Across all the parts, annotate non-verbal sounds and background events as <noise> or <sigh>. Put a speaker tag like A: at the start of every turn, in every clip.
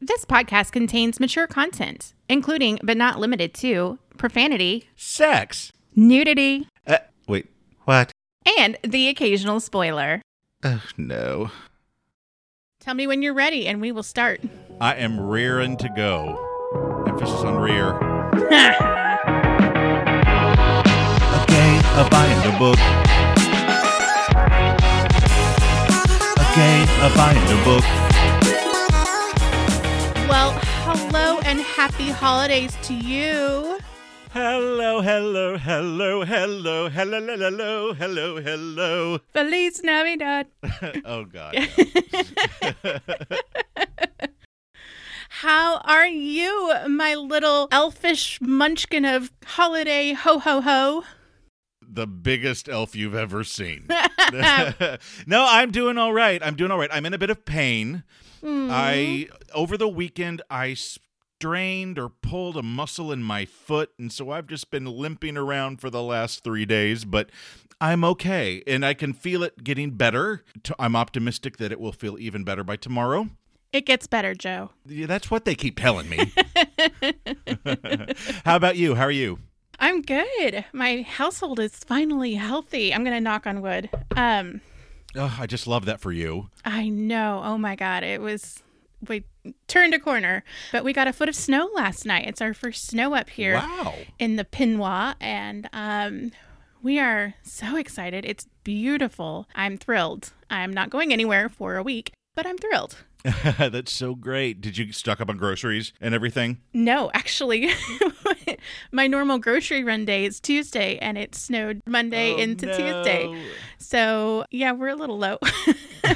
A: This podcast contains mature content, including but not limited to profanity,
B: Sex.
A: nudity,
B: Uh, wait, what?
A: and the occasional spoiler.
B: Oh, no.
A: Tell me when you're ready and we will <laughs> start.
B: I am rearing to go. Emphasis on rear. Okay, a buying the book. Okay, a buying the book.
A: Well, hello and happy holidays to you.
B: Hello, hello, hello, hello, hello, hello, hello, hello. <laughs>
A: Feliz Navidad.
B: oh, God.
A: How are you, my little elfish munchkin of holiday ho ho ho?
B: the biggest elf you've ever seen. <laughs> no, I'm doing all right. I'm doing all right. I'm in a bit of pain. I over the weekend I strained or pulled a muscle in my foot and so I've just been limping around for the last 3 days, but I'm okay and I can feel it getting better. T- I'm optimistic that it will feel even better by tomorrow.
A: It gets better, Joe.
B: Yeah, that's what they keep telling me. <laughs> How about you? How are you?
A: I'm good. My household is finally healthy. I'm going to knock on wood. Um,
B: Oh, I just love that for you.
A: I know. Oh my God. It was, we turned a corner, but we got a foot of snow last night. It's our first snow up here
B: Wow.
A: in the Pinois, and um, we are so excited. It's beautiful. I'm thrilled. I'm not going anywhere for a week, but I'm thrilled.
B: <laughs> That's so great. Did you stock up on groceries and everything?
A: No, actually, <laughs> my normal grocery run day is Tuesday, and it snowed Monday
B: Oh,
A: into Tuesday. So, yeah, we're a little low. <laughs>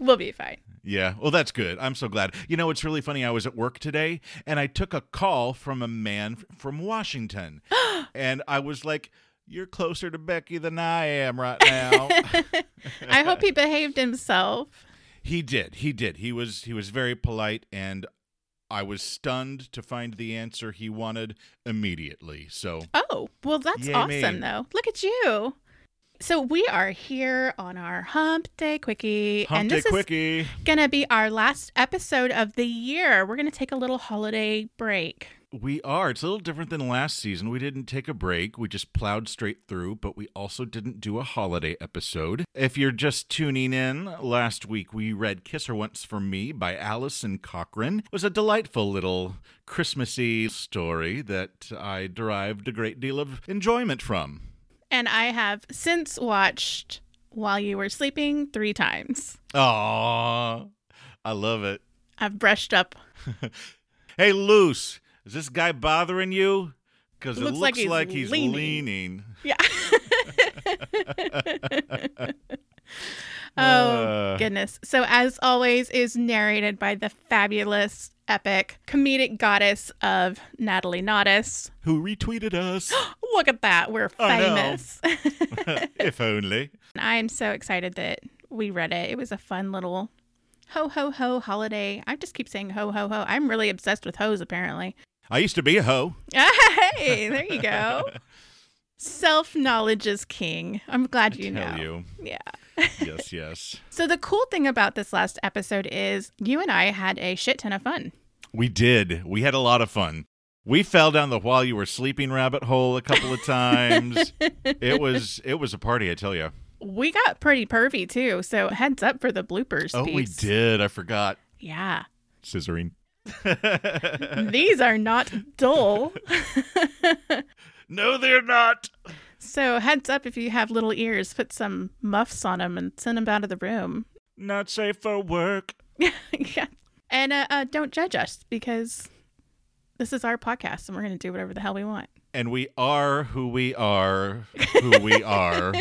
A: we'll be fine.
B: Yeah. Well, that's good. I'm so glad. You know, it's really funny. I was at work today and I took a call from a man f- from
A: <gasps>
B: Washington. and I was like, You're closer to Becky than I am right
A: <laughs>
B: now.
A: I hope he behaved himself.
B: he did. He did. He was he was very polite and I was stunned to find the answer he wanted immediately. So
A: Oh, well, that's
B: Yay, me.
A: awesome, though. Look at you. So, we are here on our Hump Day Quickie.
B: Hump
A: and
B: day
A: this is
B: quickie.
A: going to be our last episode of the year. We're going to take a little holiday break.
B: We are. It's a little different than last season. We didn't take a break. We just plowed straight through, but we also didn't do a holiday episode. If you're just tuning in, last week we read Kiss Her Once for Me by Allison Cochran. It was a delightful little Christmassy story that I derived a great deal of enjoyment from.
A: And I have since watched While You Were Sleeping three times.
B: Aww. I love it.
A: I've brushed up.
B: Uh-huh. Hey, Luce, is this guy bothering you? Because it looks, like he's,
A: leaning.
B: leaning. <laughs>
A: Yeah. <laughs> oh,
B: Uh.
A: goodness. So, as always, is narrated by the fabulous, epic, comedic goddess of Natalie Nodis.
B: Who
A: <gasps>
B: retweeted us? <laughs>
A: Look at that. We're
B: I know.
A: famous. <laughs>
B: if only.
A: I am so excited that we read it. It was a fun little ho, ho, ho holiday. I just keep saying ho, ho, ho. I'm really obsessed with hoes, apparently. <laughs>
B: I used to be a hoe.
A: Hey, there you
B: <laughs>
A: go. Self knowledge is king. I'm glad you
B: Tell
A: know.
B: you.
A: Yeah.
B: <laughs> Yes, yes.
A: So the cool thing about this last episode is you and I had a shit ton of fun.
B: we did. We had a lot of fun. We fell down the while you were sleeping rabbit hole a couple of times.
A: <laughs>
B: it was it was a party, I tell you.
A: We got pretty pervy too, so heads up for the bloopers.
B: Oh, we
A: peeps.
B: did. I forgot
A: Yeah. <laughs>
B: scissoring. <laughs>
A: These are not dull. <laughs>
B: no, they're not.
A: so heads up if you have little ears, put some muffs on them and send them out of the room. <laughs>
B: Not safe for work.
A: yeah. And uh, uh, don't judge us because this is our podcast and we're going to do whatever the hell we want.
B: And we are who we are, who we <laughs> are.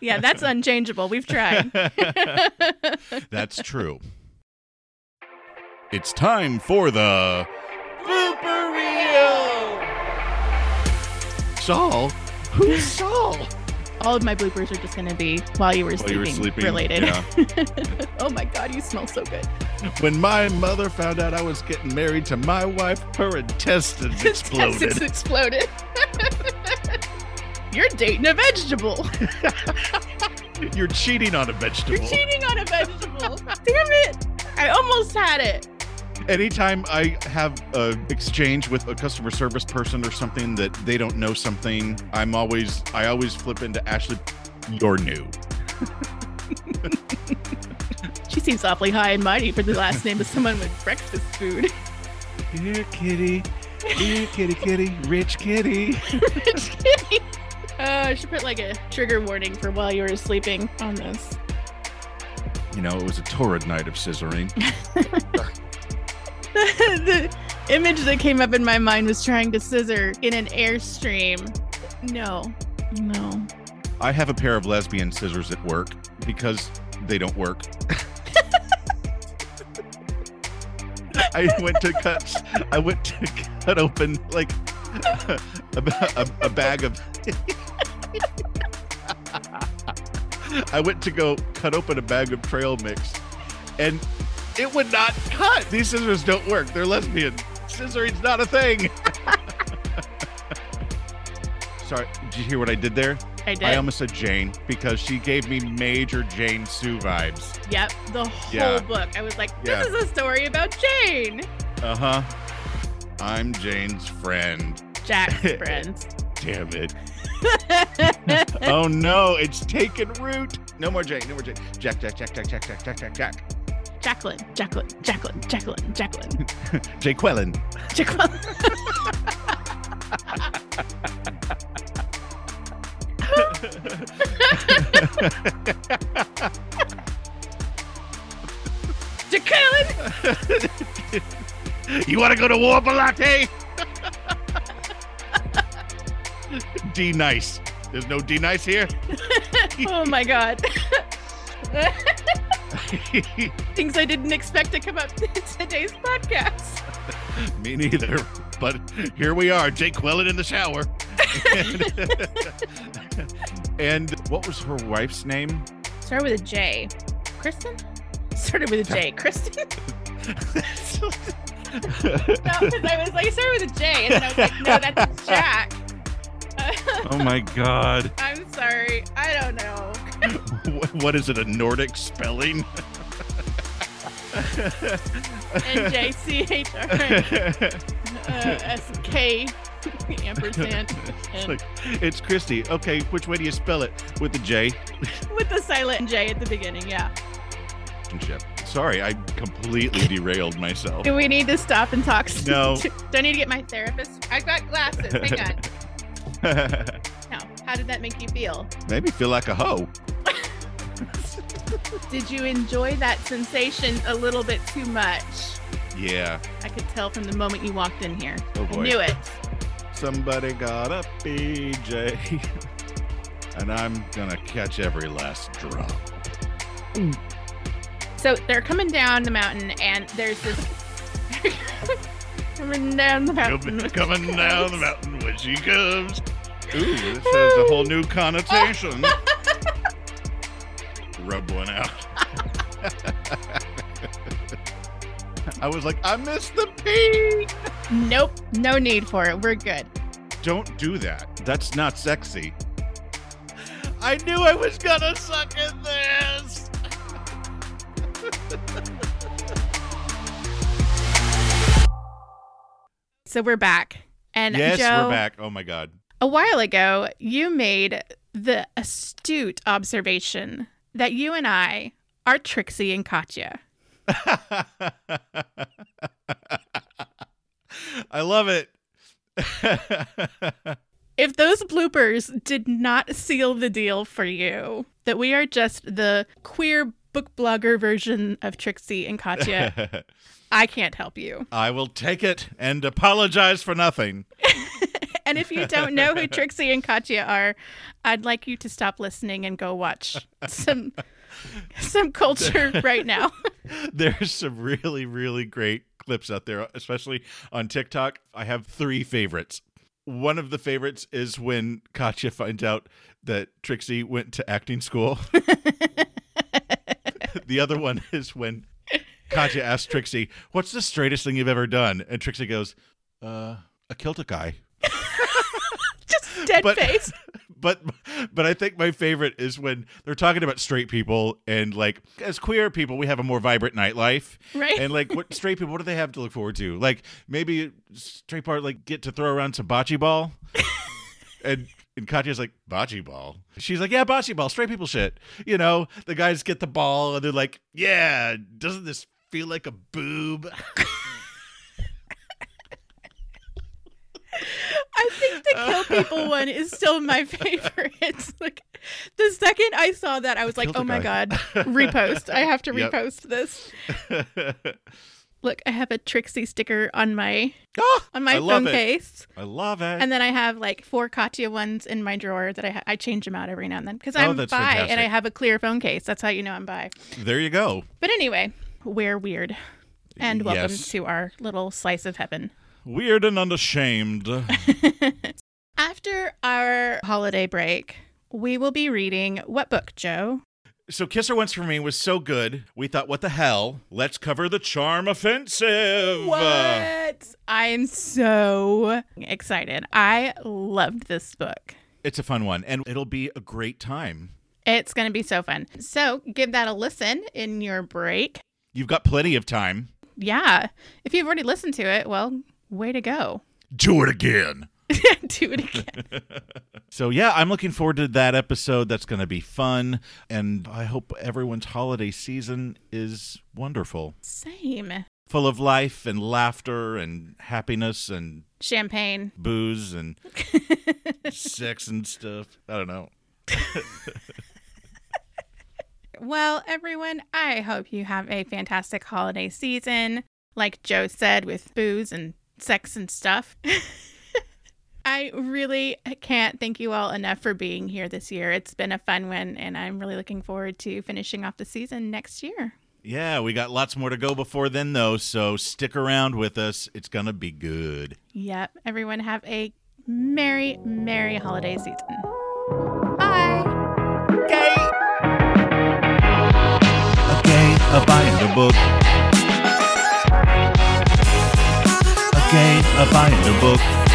A: Yeah, <laughs> that's unchangeable. We've tried. <laughs>
B: That's true. It's time for the blooper reel. Saul, who's <laughs> Saul?
A: All of my bloopers are just going to be while you were sleeping, related.
B: <laughs> Yeah.
A: <laughs> oh my God, you smell so good. <laughs>
B: when my mother found out I was getting married to my wife, her intestines exploded.
A: It's exploded. <laughs> You're dating a vegetable.
B: You're cheating on a
A: You're
B: vegetable.
A: cheating on a vegetable. Damn it. I I almost had it.
B: Anytime I have a exchange with a customer service person or something that they don't know something, I'm always I always flip into Ashley. You're new.
A: She seems awfully high and mighty for the last name of someone with breakfast food. <laughs>
B: Here, kitty. Here, kitty, kitty. Rich kitty.
A: Just kidding. Uh, I should put like a trigger warning for while you were sleeping on this. <laughs>
B: You know, it was a torrid night of scissoring.
A: the image that came up in my mind was trying to scissor in an airstream. No, no.
B: I have a pair of lesbian scissors at work because they don't work. I went to cut. I went to cut open like <laughs> a, a, a bag of. <laughs> I went to go cut open a bag of trail mix, and it would not cut. These scissors don't work. They're lesbian. Scissoring's not a thing. <laughs> Sorry, did you hear what I did there?
A: I did.
B: I almost said Jane because she gave me major Jane Sue vibes.
A: yep, the whole
B: Yeah.
A: book. I was like, this
B: Yeah.
A: is a story about Jane.
B: <laughs> Uh huh. I'm Jane's friend.
A: Jack's friends.
B: Damn it. oh no, it's taken root. No more Jane. No more Jane. Jack, Jack, Jack, Jack, Jack, Jack, Jack, Jack, Jack.
A: Jacqueline, Jacqueline, Jacqueline, Jacqueline, Jacqueline,
B: Jay Quellen.
A: Jacqueline. Jacqueline!
B: You want to go to war, Balate? <laughs> D nice. There's no D nice here. <laughs>
A: Oh my god. Things I didn't expect to come up <laughs> in today's podcast.
B: Me neither. <laughs> But here we are, Jake Quellen in the <laughs> shower. and, what was her wife's name?
A: Started with a J. Kristen? Started with a J. Kristen? No, because I was like, it started with a J, and then I was like, no, that's Jack.
B: <laughs> oh my God.
A: I'm sorry. I don't know.
B: Wh- What is it, a Nordic spelling?
A: N J C H
B: <laughs>
A: R S Uh, K ampersand
B: It's
A: and
B: <laughs> like, it's Christy. Okay, which way do you spell it? With the J.
A: with the silent J at the beginning. Yeah.
B: Sorry, I completely derailed myself.
A: Do we need to stop and talk?
B: Oh. No. <laughs>
A: Do I need to get my therapist? I've got glasses. Hang on. No. How did that make you feel?
B: Made me feel like a hoe.
A: Did you enjoy that sensation a little bit too much?
B: Yeah.
A: I could tell from the moment you walked in here.
B: Oh
A: I
B: boy.
A: knew it.
B: Somebody got a BJ. and I'm gonna catch every last drop. <laughs>
A: So they're coming down the mountain, and there's this. <laughs> coming down the mountain.
B: Coming,
A: with
B: coming
A: clouds.
B: down the mountain when she comes. Ooh, this has a whole new connotation. Rub one out. <laughs> I was like, I missed the pee.
A: Nope. No need for it. We're good.
B: Don't do that. That's not sexy. I knew I was gonna suck at this.
A: So we're back. And
B: yes,
A: Joe,
B: we're back. Oh my god.
A: A while ago, you made the astute observation that you and I are Trixie and Katya.
B: <laughs> I love it.
A: If those bloopers did not seal the deal for you, that we are just the queer book blogger version of Trixie and
B: <laughs>
A: Katya, I can't help you.
B: I will take it and apologize for nothing.
A: And if you don't know who Trixie and Katya are, I'd like you to stop listening and go watch some some culture right now. <laughs>
B: There's some really, really great clips out there, especially on TikTok. I have three favorites. One of the favorites is when Katya finds out that Trixie went to acting school. <laughs> the other one is when Katya asks Trixie, What's the straightest thing you've ever done? And Trixie goes, Uh, I killed a guy.
A: Just dead
B: But-
A: face.
B: but but I think my favorite is when they're talking about straight people and like as queer people we have a more vibrant nightlife.
A: Right.
B: And like what straight people what do they have to look forward to? Like maybe straight part like get to throw around some bocce ball.
A: <laughs>
B: and and Katya's like bocce ball. She's like, yeah, bocce ball, straight people shit. You know, the guys get the ball and they're like, yeah, doesn't this feel like a boob? <laughs>
A: I think the
B: Uh,
A: kill people one is still
B: <laughs>
A: my favorite. <laughs> It's like the second I saw that, I was like,
B: Killed a
A: oh my
B: guy. <laughs>
A: god, repost! I have to
B: Yep.
A: repost this. Oh. Look, I have a Trixie sticker on my
B: Ah,
A: on my
B: I love
A: phone
B: it.
A: case,
B: I love it.
A: and then I have like four Katya ones in my drawer that I ha- I change them out every now and then because
B: Oh,
A: I'm bi
B: that's
A: and I
B: fantastic.
A: have a clear phone case. That's how you know I'm bi.
B: there you go.
A: But anyway, we're weird, and welcome
B: Yes.
A: to our little slice of heaven.
B: Weird and unashamed.
A: After our holiday break, we will be reading what book, Joe?
B: so Kisser Once For Me was so good, we thought, what the hell? Let's cover the charm offensive. Uh,
A: What? I'm so excited. I loved this book.
B: it's a fun one, and it'll be a great time.
A: It's going to be so fun. So give that a listen in your break.
B: You've got plenty of time.
A: Yeah. If you've already listened to it, well, way to go. <laughs>
B: Do it again.
A: Do it again.
B: So yeah, I'm looking forward to that episode. That's going to be fun, and I hope everyone's holiday season is wonderful,
A: Same.
B: full of life and laughter and happiness and
A: Champagne. <laughs>
B: booze and <laughs> sex and stuff. I don't know.
A: Well, everyone, I hope you have a fantastic holiday season. Like Joe said, with booze and sex and stuff. <laughs> I really can't thank you all enough for being here this year. It's been a fun one, and I'm really looking forward to finishing off the season next year.
B: Yeah, we got lots more to go before then, though. So stick around with us. It's going to be good.
A: Yep, everyone have a merry, merry holiday season. Bye.
B: Gay. A gay, a buying a book. A gay, a buying a book.